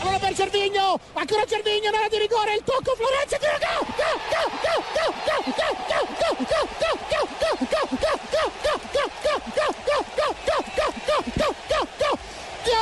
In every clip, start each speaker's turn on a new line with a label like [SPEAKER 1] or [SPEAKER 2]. [SPEAKER 1] Allora per Cervigno, ancora Cervigno, nella di rigore, il tocco Florenzi, tiro go! Go! Go! Go! Go! Go! Go! Go! Go! Go! Go! Go! Go! Go! Go! Go! Go! Go! Go! Go! Go! Go! Go! Go! Go!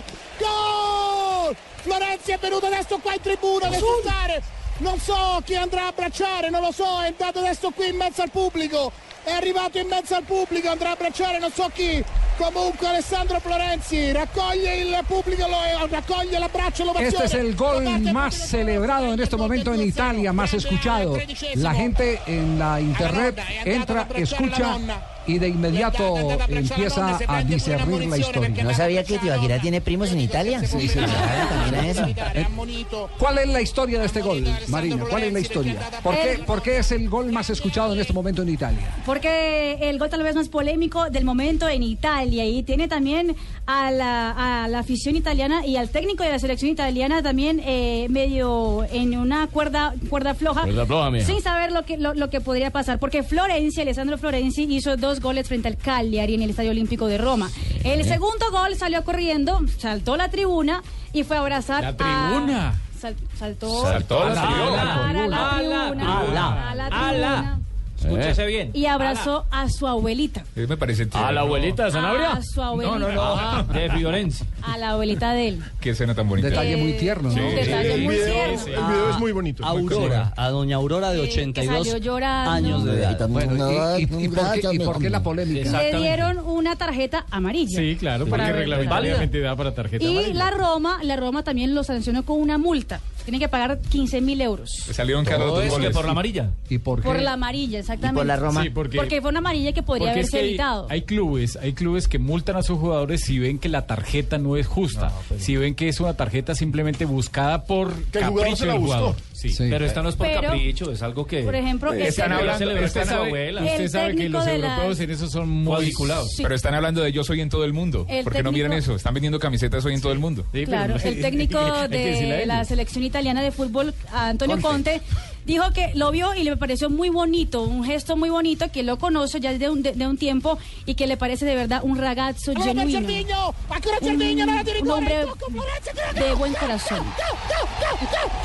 [SPEAKER 1] Gol! Gol! Florenzi è venuto adesso qua in tribuna ad esultare. Non so chi andrà a abbracciare, non lo so, è entrato adesso qui in mezzo al pubblico. È arrivato in mezzo al pubblico, andrà a abbracciare non so chi. Comunque Alessandro Florenzi raccoglie il público, lo- raccoglie l'abbraccio, lo
[SPEAKER 2] Este es el gol más celebrado en este momento en Italia, más escuchado. La gente en la internet entra, escucha y de inmediato empieza a discernir la historia.
[SPEAKER 3] No sabía que Tibaquirá tiene primos en Italia. Sí, sí, claro, también a eso.
[SPEAKER 2] ¿Cuál es la historia de este gol, Marina? ¿Cuál es la historia? ¿Por qué, por qué es el gol más escuchado en este momento en Italia?
[SPEAKER 4] Porque el gol tal vez más polémico del momento en Italia y tiene también a la, a la afición italiana y al técnico de la selección italiana también eh, medio en una cuerda cuerda floja.
[SPEAKER 5] Cuerda floja, mija.
[SPEAKER 4] Sin saber lo que, lo, lo que podría pasar. Porque Florenzi, Alessandro Florenzi, hizo dos goles frente al Cagliari en el Estadio Olímpico de Roma. El segundo gol salió corriendo, saltó la tribuna y fue a abrazar
[SPEAKER 5] ¿La
[SPEAKER 4] a-
[SPEAKER 5] tribuna?
[SPEAKER 4] sal- saltó.
[SPEAKER 5] Saltó la
[SPEAKER 4] a
[SPEAKER 5] tribuna.
[SPEAKER 4] la tribuna.
[SPEAKER 6] Ala.
[SPEAKER 4] a la
[SPEAKER 6] Ala.
[SPEAKER 4] tribuna.
[SPEAKER 6] Escúchese bien.
[SPEAKER 4] Y abrazó a su abuelita.
[SPEAKER 7] Eh, Me parece
[SPEAKER 5] ¿A la
[SPEAKER 7] tierno.
[SPEAKER 5] abuelita de Sanabria?
[SPEAKER 4] A Ah, su abuelita. Ah.
[SPEAKER 6] No, no, no. De Fiorenzi.
[SPEAKER 4] A la abuelita de él.
[SPEAKER 7] Qué escena tan bonita.
[SPEAKER 2] Detalle muy tierno, ¿no?
[SPEAKER 4] Un detalle
[SPEAKER 8] El
[SPEAKER 4] muy
[SPEAKER 8] video,
[SPEAKER 4] tierno.
[SPEAKER 8] el
[SPEAKER 9] Ah,
[SPEAKER 8] video es muy bonito. muy
[SPEAKER 6] Aurora, a doña Aurora de
[SPEAKER 4] Sí, que
[SPEAKER 6] 82
[SPEAKER 4] salió llorando.
[SPEAKER 6] años de edad.
[SPEAKER 2] Bueno, y, y- y por qué, y por qué la polémica?
[SPEAKER 4] Le dieron una tarjeta amarilla.
[SPEAKER 10] Sí, claro,
[SPEAKER 4] Para
[SPEAKER 10] porque
[SPEAKER 4] ver,
[SPEAKER 10] reglamentariamente da para tarjeta
[SPEAKER 4] Y
[SPEAKER 10] amarilla.
[SPEAKER 4] la Roma, la Roma también lo sancionó con una multa. Tiene que pagar 15 mil euros.
[SPEAKER 7] Salieron caros
[SPEAKER 6] Todo
[SPEAKER 7] dos
[SPEAKER 6] es que
[SPEAKER 7] goles.
[SPEAKER 6] por la amarilla.
[SPEAKER 2] ¿Y por qué?
[SPEAKER 4] Por la amarilla, exactamente.
[SPEAKER 3] por la Roma.
[SPEAKER 10] Sí, porque,
[SPEAKER 4] Porque fue una amarilla que podría
[SPEAKER 10] porque es
[SPEAKER 4] haberse
[SPEAKER 10] que hay-
[SPEAKER 4] evitado.
[SPEAKER 10] Hay clubes, hay clubes que multan a sus jugadores si ven que la tarjeta no es justa, si ven que es una tarjeta simplemente buscada por
[SPEAKER 8] Que el jugador
[SPEAKER 10] capricho
[SPEAKER 8] se la
[SPEAKER 10] del
[SPEAKER 8] buscó.
[SPEAKER 10] jugador.
[SPEAKER 2] Sí.
[SPEAKER 6] Pero esta no es por
[SPEAKER 4] Pero-
[SPEAKER 6] capricho, es algo que.
[SPEAKER 4] Por ejemplo, este el
[SPEAKER 7] Están
[SPEAKER 4] técnico-
[SPEAKER 7] hablando-
[SPEAKER 6] Celebró
[SPEAKER 7] están
[SPEAKER 6] hasta su
[SPEAKER 7] hab-
[SPEAKER 6] abuela.
[SPEAKER 10] Usted
[SPEAKER 4] El
[SPEAKER 10] sabe que
[SPEAKER 4] técnico
[SPEAKER 10] los
[SPEAKER 4] de la-
[SPEAKER 10] europeos en eso son muy
[SPEAKER 6] Cuadriculados.
[SPEAKER 4] Sí.
[SPEAKER 7] Pero están hablando de yo soy en todo el mundo.
[SPEAKER 4] El
[SPEAKER 7] ¿Por qué no
[SPEAKER 4] técnico-
[SPEAKER 7] miran eso? Están vendiendo camisetas hoy en todo el mundo.
[SPEAKER 10] Sí, pero-
[SPEAKER 4] Claro, el técnico
[SPEAKER 10] Hay que decirle
[SPEAKER 4] de
[SPEAKER 10] a ellos.
[SPEAKER 4] la selección italiana de fútbol, Antonio
[SPEAKER 7] Conte.
[SPEAKER 4] Conte. dijo que lo vio y le pareció muy bonito, un gesto muy bonito, que lo conoce ya de un, de, de un tiempo y que le parece de verdad un ragazzo
[SPEAKER 1] Allora per
[SPEAKER 4] genuino,
[SPEAKER 1] Cervigno, ancora Cervigno, nella di
[SPEAKER 4] un
[SPEAKER 1] rigore, il
[SPEAKER 4] hombre
[SPEAKER 1] tocco Florenzi, tiro
[SPEAKER 4] de buen corazón.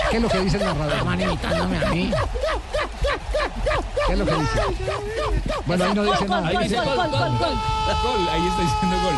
[SPEAKER 2] ¿Qué es lo que dice el narrador? ¿Qué es lo que dice? Bueno, ahí no dice nada.
[SPEAKER 4] Gol, gol, gol, gol, gol.
[SPEAKER 7] Gol, ahí está diciendo gol.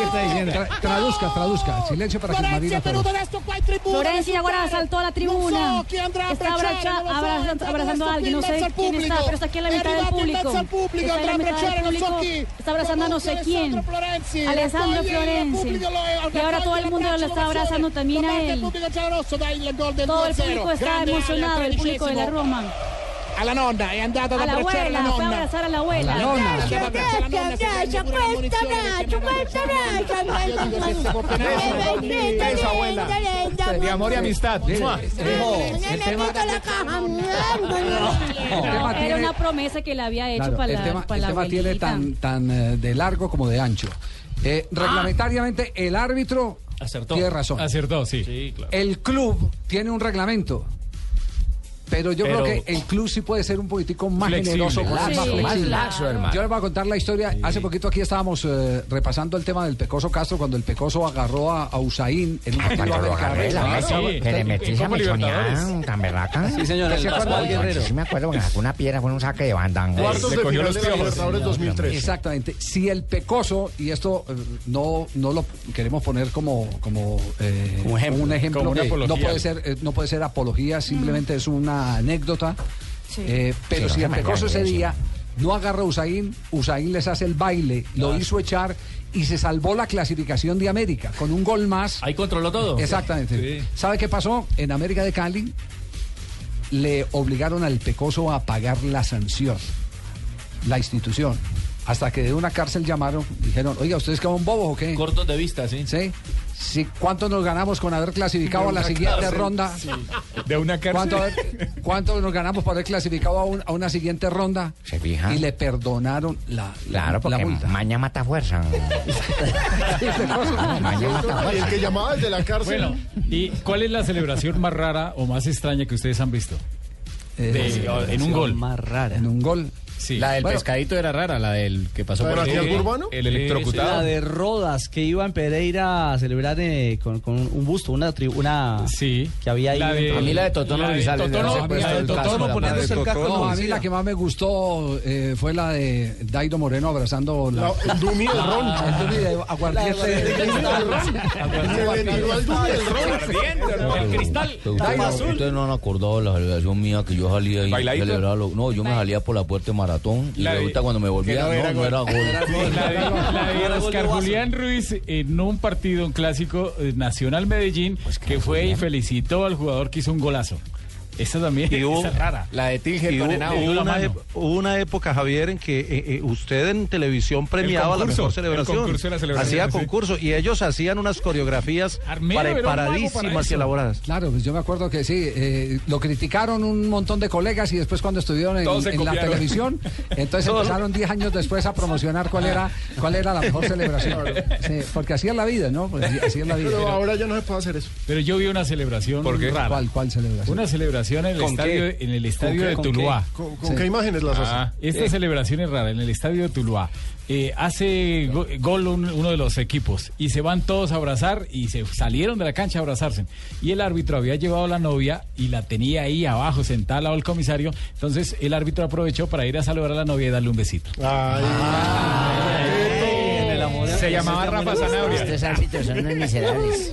[SPEAKER 2] Tra- traduzca, traduzca. Silencio para que
[SPEAKER 1] Florenzi
[SPEAKER 2] Marina
[SPEAKER 1] è venuto
[SPEAKER 2] traduzca.
[SPEAKER 1] adesso qua in tribuna.
[SPEAKER 4] Florenzi ahora saltó a la tribuna.
[SPEAKER 1] Non so chi andrà a
[SPEAKER 4] Está
[SPEAKER 1] abbracciare,
[SPEAKER 4] abrazando,
[SPEAKER 1] non lo so, è entrato adesso qui in
[SPEAKER 4] abrazando a alguien, no sé
[SPEAKER 1] mezzo al
[SPEAKER 4] quién está,
[SPEAKER 1] pubblico.
[SPEAKER 4] pero está aquí en la
[SPEAKER 1] È
[SPEAKER 4] mitad del
[SPEAKER 1] arrivato in
[SPEAKER 4] público.
[SPEAKER 1] mezzo al pubblico,
[SPEAKER 4] Está en
[SPEAKER 1] andrà
[SPEAKER 4] la
[SPEAKER 1] a
[SPEAKER 4] mitad del
[SPEAKER 1] abbracciare, non so
[SPEAKER 4] público,
[SPEAKER 1] chi.
[SPEAKER 4] Está abrazando a no sé
[SPEAKER 1] Comunque
[SPEAKER 4] quién.
[SPEAKER 1] Alessandro Florenzi,
[SPEAKER 4] Alessandro
[SPEAKER 1] raccoglie il
[SPEAKER 4] Florenzi.
[SPEAKER 1] pubblico, lo-
[SPEAKER 4] Y ahora todo el
[SPEAKER 1] raccoglie
[SPEAKER 4] mundo lo
[SPEAKER 1] l'abbraccio,
[SPEAKER 4] está
[SPEAKER 1] lo
[SPEAKER 4] abrazando
[SPEAKER 1] bacione.
[SPEAKER 4] también a
[SPEAKER 1] Lo mette
[SPEAKER 4] él.
[SPEAKER 1] il pubblico giallorosso, dai il gol del
[SPEAKER 4] Todo el
[SPEAKER 1] 2-0.
[SPEAKER 4] público está
[SPEAKER 1] Grande Arias,
[SPEAKER 4] emocionado, el público de la
[SPEAKER 1] tredicesimo.
[SPEAKER 4] Roma.
[SPEAKER 1] Alla nonna, è andata ad
[SPEAKER 4] A la
[SPEAKER 1] abbracciare la
[SPEAKER 4] abuela, fue a
[SPEAKER 1] nonna.
[SPEAKER 4] abrazar a la abuela.
[SPEAKER 2] La nonna.
[SPEAKER 11] Ah,
[SPEAKER 1] Andata ad abbracciare la nonna, si prende pure la munizione, si prende la munizione. Io dico, se si può penare,
[SPEAKER 11] Beso, beso, abuela.
[SPEAKER 7] De amor y amistad. ¡Mua!
[SPEAKER 11] El tema la caja.
[SPEAKER 2] El
[SPEAKER 4] No,
[SPEAKER 2] tema
[SPEAKER 4] era
[SPEAKER 2] tiene-
[SPEAKER 4] una promesa que le había hecho
[SPEAKER 2] Claro,
[SPEAKER 4] para
[SPEAKER 2] el
[SPEAKER 4] la
[SPEAKER 2] tema,
[SPEAKER 4] para
[SPEAKER 2] el
[SPEAKER 4] la
[SPEAKER 2] tema tiene
[SPEAKER 4] abuelita. Ah.
[SPEAKER 2] tan, tan eh, de largo como de ancho. Eh, reglamentariamente, el árbitro
[SPEAKER 6] Acertó.
[SPEAKER 2] tiene razón.
[SPEAKER 10] Acertó, sí.
[SPEAKER 6] Sí, claro.
[SPEAKER 2] El club tiene un reglamento. Pero yo
[SPEAKER 6] Pero-
[SPEAKER 2] creo que el club sí puede ser un político más
[SPEAKER 10] Flexible.
[SPEAKER 2] generoso con
[SPEAKER 4] Laxo,
[SPEAKER 2] más
[SPEAKER 4] más
[SPEAKER 2] flexible.
[SPEAKER 6] laxo, hermano.
[SPEAKER 2] Yo les voy a contar la historia. Hace poquito aquí estábamos eh, repasando el tema del Pecoso Castro cuando el Pecoso agarró a, a Usain en un partido
[SPEAKER 8] Cuando lo agarré,
[SPEAKER 2] americano.
[SPEAKER 8] la
[SPEAKER 10] Ah,
[SPEAKER 8] vez
[SPEAKER 10] sí.
[SPEAKER 8] que le metí esa
[SPEAKER 10] Como Libertadores.
[SPEAKER 8] mechonía tan berraca.
[SPEAKER 6] Sí, señor, el
[SPEAKER 8] ¿Se acuerda?
[SPEAKER 6] Pascual
[SPEAKER 8] Oye,
[SPEAKER 6] Guerrero.
[SPEAKER 8] Sí me acuerdo que sacó una piedra, fue un saque de bandanga.
[SPEAKER 7] Sí.
[SPEAKER 8] Sí.
[SPEAKER 7] Le
[SPEAKER 8] Sí.
[SPEAKER 7] cogió
[SPEAKER 8] Sí.
[SPEAKER 7] los
[SPEAKER 8] Sí.
[SPEAKER 7] piojos.
[SPEAKER 8] Sí. Libertadores 2003.
[SPEAKER 2] Exactamente. Si el pecoso, y esto eh, no, no lo queremos poner como, como eh,
[SPEAKER 6] Un ejemplo.
[SPEAKER 10] Como una
[SPEAKER 2] eh, no,
[SPEAKER 10] apología.
[SPEAKER 2] puede ser, eh, no puede ser apología, simplemente es una anécdota.
[SPEAKER 4] Sí.
[SPEAKER 2] Eh, pero
[SPEAKER 8] Sí,
[SPEAKER 2] si
[SPEAKER 8] no,
[SPEAKER 2] el
[SPEAKER 8] no,
[SPEAKER 2] pecoso
[SPEAKER 8] no,
[SPEAKER 2] ese
[SPEAKER 8] no,
[SPEAKER 2] día no agarra a Usain, Usain les hace el baile, lo hizo echar y se salvó la clasificación de América con un gol más.
[SPEAKER 6] Ahí controló todo.
[SPEAKER 2] Exactamente.
[SPEAKER 10] Sí.
[SPEAKER 2] ¿Sabe qué pasó? En América de Cali le obligaron al Pecoso a pagar la sanción, la institución. Hasta que de una cárcel llamaron, dijeron, oiga, ¿ustedes que son bobos o qué?
[SPEAKER 6] Cortos de vista, sí.
[SPEAKER 2] ¿Sí? ¿Sí? ¿Cuánto nos ganamos con haber clasificado a la siguiente ronda?
[SPEAKER 7] De una
[SPEAKER 2] ¿Cuánto,
[SPEAKER 7] cárcel.
[SPEAKER 2] haber- cuánto nos ganamos por haber clasificado a, un- a una siguiente ronda?
[SPEAKER 8] ¿Se fija?
[SPEAKER 2] Y le perdonaron la,
[SPEAKER 8] Claro,
[SPEAKER 2] la
[SPEAKER 8] porque
[SPEAKER 2] multa.
[SPEAKER 8] maña mata fuerza. maña mata fuerza.
[SPEAKER 11] Y el que llamaba desde la cárcel.
[SPEAKER 10] Bueno, ¿y cuál es la celebración más rara o más extraña que ustedes han visto?
[SPEAKER 2] Eh,
[SPEAKER 10] De- en un gol.
[SPEAKER 6] Más rara.
[SPEAKER 2] en un gol.
[SPEAKER 7] Sí.
[SPEAKER 5] La del
[SPEAKER 2] Bueno.
[SPEAKER 5] pescadito era rara, la del que pasó
[SPEAKER 11] ¿La de
[SPEAKER 5] por
[SPEAKER 11] Matías
[SPEAKER 5] el...
[SPEAKER 11] Burbano?
[SPEAKER 7] El electrocutado.
[SPEAKER 9] La de Rodas, que iba en Pereira a celebrar eh, con, con un busto, una, tri- una
[SPEAKER 10] Sí.
[SPEAKER 9] que había ahí.
[SPEAKER 10] La de-
[SPEAKER 5] A mí la de Totono
[SPEAKER 10] La de
[SPEAKER 5] Luisales, de
[SPEAKER 10] Totono-
[SPEAKER 5] haberse puesto
[SPEAKER 10] la de
[SPEAKER 5] el
[SPEAKER 10] Totono
[SPEAKER 5] casco, la
[SPEAKER 10] poniéndose
[SPEAKER 5] madre.
[SPEAKER 2] el
[SPEAKER 9] casco en
[SPEAKER 2] No,
[SPEAKER 9] la
[SPEAKER 2] a mí la
[SPEAKER 9] mochila.
[SPEAKER 2] que más me gustó eh, fue la de Daido Moreno abrazando la,
[SPEAKER 11] La- el Dumi del ron.
[SPEAKER 2] el Dumi de aguardiente.
[SPEAKER 11] Se le tiró al Dumi del ron.
[SPEAKER 7] El cristal.
[SPEAKER 9] Ustedes no han acordado de la celebración mía que yo salía ahí.
[SPEAKER 7] Bailadito.
[SPEAKER 9] celebraba lo- no, yo me salía por la puerta de maratón y
[SPEAKER 7] La de-
[SPEAKER 9] ahorita cuando me volvía,
[SPEAKER 7] que no era
[SPEAKER 9] no, no era
[SPEAKER 7] gol.
[SPEAKER 9] gol.
[SPEAKER 10] La de, la de Oscar Julián Ruiz en un partido, un clásico eh, Nacional Medellín, que fue y felicitó al jugador que hizo un golazo. Esa también
[SPEAKER 5] Y hubo-
[SPEAKER 10] esa es rara.
[SPEAKER 5] La de Tilger
[SPEAKER 9] hubo-
[SPEAKER 5] Panenao.
[SPEAKER 9] hubo
[SPEAKER 10] La
[SPEAKER 9] una,
[SPEAKER 10] mano.
[SPEAKER 9] ep- hubo una época, Javier, en que eh, eh, usted en televisión premiaba la
[SPEAKER 7] concurso,
[SPEAKER 9] mejor
[SPEAKER 7] el
[SPEAKER 9] celebración.
[SPEAKER 7] concurso de la celebración,
[SPEAKER 9] Hacía
[SPEAKER 7] sí.
[SPEAKER 9] concurso y ellos hacían unas coreografías
[SPEAKER 10] Armero
[SPEAKER 9] para-
[SPEAKER 10] era un mago para
[SPEAKER 9] paradísimas y
[SPEAKER 10] eso.
[SPEAKER 9] elaboradas.
[SPEAKER 2] Claro, pues yo me acuerdo que sí, eh, lo criticaron un montón de colegas y después cuando estuvieron en,
[SPEAKER 7] Todos se
[SPEAKER 2] en la
[SPEAKER 7] copiaron.
[SPEAKER 2] televisión, entonces empezaron 10 años después a promocionar cuál era cuál era la mejor celebración. Sí, porque así es la vida, ¿no? Pues así es la vida.
[SPEAKER 11] Pero ahora ya no se puede hacer eso.
[SPEAKER 10] Pero yo vi una celebración
[SPEAKER 7] ¿Por qué?
[SPEAKER 10] rara.
[SPEAKER 2] ¿Cuál, cuál celebración?
[SPEAKER 10] Una celebración en el
[SPEAKER 5] ¿Con
[SPEAKER 10] estadio,
[SPEAKER 5] qué?
[SPEAKER 10] en el estadio
[SPEAKER 5] qué?
[SPEAKER 10] de
[SPEAKER 5] ¿Con qué?
[SPEAKER 10] Tuluá.
[SPEAKER 11] ¿Con, con
[SPEAKER 2] Sí.
[SPEAKER 11] qué imágenes las haces?
[SPEAKER 7] Ah,
[SPEAKER 10] Pues Esta celebración es rara en el estadio de Tuluá. Eh, hace go- gol un- uno de los equipos y se van todos a abrazar y se salieron de la cancha a abrazarse. Y el árbitro había llevado a la novia y la tenía ahí abajo sentada al lado del comisario. Entonces el árbitro aprovechó para ir a saludar a la novia y darle un besito.
[SPEAKER 11] Ay,
[SPEAKER 7] se llamaba Rafa Zanabria.
[SPEAKER 3] Estos árbitros son unos miserables.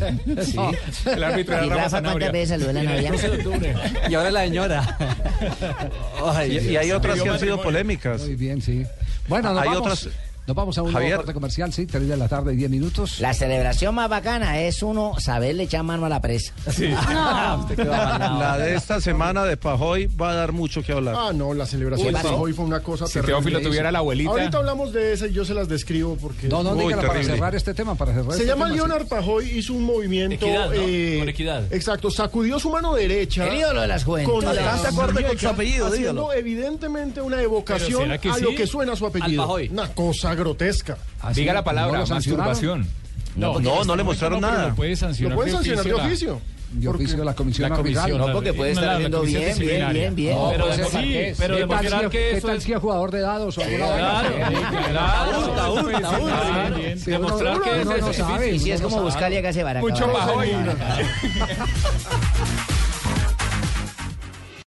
[SPEAKER 7] El árbitro era Rafa
[SPEAKER 3] Y Rafa, ¿cuántas
[SPEAKER 7] Zanabria.
[SPEAKER 3] veces saludó a la novia?
[SPEAKER 9] Y ahora la señora.
[SPEAKER 5] Ay, y- y hay otras
[SPEAKER 7] Pidió
[SPEAKER 5] que han sido
[SPEAKER 7] matrimonio.
[SPEAKER 5] polémicas.
[SPEAKER 2] Muy bien, sí. Bueno, nos
[SPEAKER 5] Hay
[SPEAKER 2] vamos.
[SPEAKER 5] otras-
[SPEAKER 2] Nos vamos a un nuevo
[SPEAKER 5] Javier.
[SPEAKER 2] corte comercial, sí, 3 de la tarde, 10 minutos.
[SPEAKER 3] La celebración más bacana es uno saberle echar mano a la presa.
[SPEAKER 5] La de esta semana de Pajoy va a dar mucho que hablar.
[SPEAKER 11] Ah, no, la celebración
[SPEAKER 3] Uy,
[SPEAKER 11] de
[SPEAKER 3] pasó.
[SPEAKER 11] hoy fue una cosa
[SPEAKER 7] Si
[SPEAKER 11] terrible.
[SPEAKER 7] Teófilo tuviera la abuelita.
[SPEAKER 11] Ahorita hablamos de esa y yo se las describo porque...
[SPEAKER 2] No, no,
[SPEAKER 5] Uy,
[SPEAKER 2] dígala para
[SPEAKER 5] terrible.
[SPEAKER 2] cerrar este tema, para cerrar
[SPEAKER 11] Se
[SPEAKER 2] este
[SPEAKER 11] llama
[SPEAKER 2] tema, sí.
[SPEAKER 11] Leonard Pajoy, hizo un movimiento... eh,
[SPEAKER 6] Equidad, ¿no? Con equidad.
[SPEAKER 11] Exacto, sacudió su mano derecha.
[SPEAKER 3] El ídolo de las
[SPEAKER 11] Con
[SPEAKER 3] juventudes.
[SPEAKER 11] la
[SPEAKER 5] Bastante acorde con su apellido,
[SPEAKER 11] haciendo
[SPEAKER 5] dígalo.
[SPEAKER 11] evidentemente una
[SPEAKER 10] ¿Pero
[SPEAKER 11] evocación
[SPEAKER 10] será que
[SPEAKER 11] a
[SPEAKER 10] sí?
[SPEAKER 11] lo que suena su apellido.
[SPEAKER 6] Pajoy.
[SPEAKER 11] Una cosa grotesca.
[SPEAKER 2] Ah, sí,
[SPEAKER 7] Diga la
[SPEAKER 2] ¿no
[SPEAKER 7] palabra,
[SPEAKER 2] lo sancionaron?
[SPEAKER 7] masturbación.
[SPEAKER 5] No, no, no le mostraron
[SPEAKER 10] No, pero
[SPEAKER 5] nada.
[SPEAKER 10] Lo puede sancionar
[SPEAKER 11] Lo pueden sancionar de oficio.
[SPEAKER 2] De
[SPEAKER 11] Porque-
[SPEAKER 2] oficio de la comisión,
[SPEAKER 10] la comisión,
[SPEAKER 2] arbitral.
[SPEAKER 10] la-
[SPEAKER 3] porque puede
[SPEAKER 10] la-
[SPEAKER 3] estar
[SPEAKER 10] la
[SPEAKER 3] viendo
[SPEAKER 10] comisión
[SPEAKER 3] bien, bien,
[SPEAKER 10] disciplinaria.
[SPEAKER 3] bien, bien.
[SPEAKER 2] No,
[SPEAKER 6] Pero
[SPEAKER 2] pues,
[SPEAKER 6] demostrar
[SPEAKER 2] ¿qué
[SPEAKER 6] que-
[SPEAKER 2] es?
[SPEAKER 6] pero
[SPEAKER 2] ¿Qué tal
[SPEAKER 6] demostrar
[SPEAKER 2] si-
[SPEAKER 6] que
[SPEAKER 2] ¿Qué
[SPEAKER 6] eso
[SPEAKER 2] tal
[SPEAKER 6] es-
[SPEAKER 2] si es jugador de dados o alguna vaina?
[SPEAKER 6] Claro, claro.
[SPEAKER 5] Hurta, hurta, hurta.
[SPEAKER 10] bien.
[SPEAKER 2] Sí, uno-
[SPEAKER 6] Demostrar que
[SPEAKER 2] uno
[SPEAKER 6] ese
[SPEAKER 2] no
[SPEAKER 6] es
[SPEAKER 2] sabe,
[SPEAKER 3] Y si
[SPEAKER 2] uno
[SPEAKER 3] es
[SPEAKER 2] no
[SPEAKER 3] como
[SPEAKER 2] sabe.
[SPEAKER 3] buscarle a Gase Baraca.
[SPEAKER 7] Mucho
[SPEAKER 3] ¿verdad?
[SPEAKER 7] Pajoy.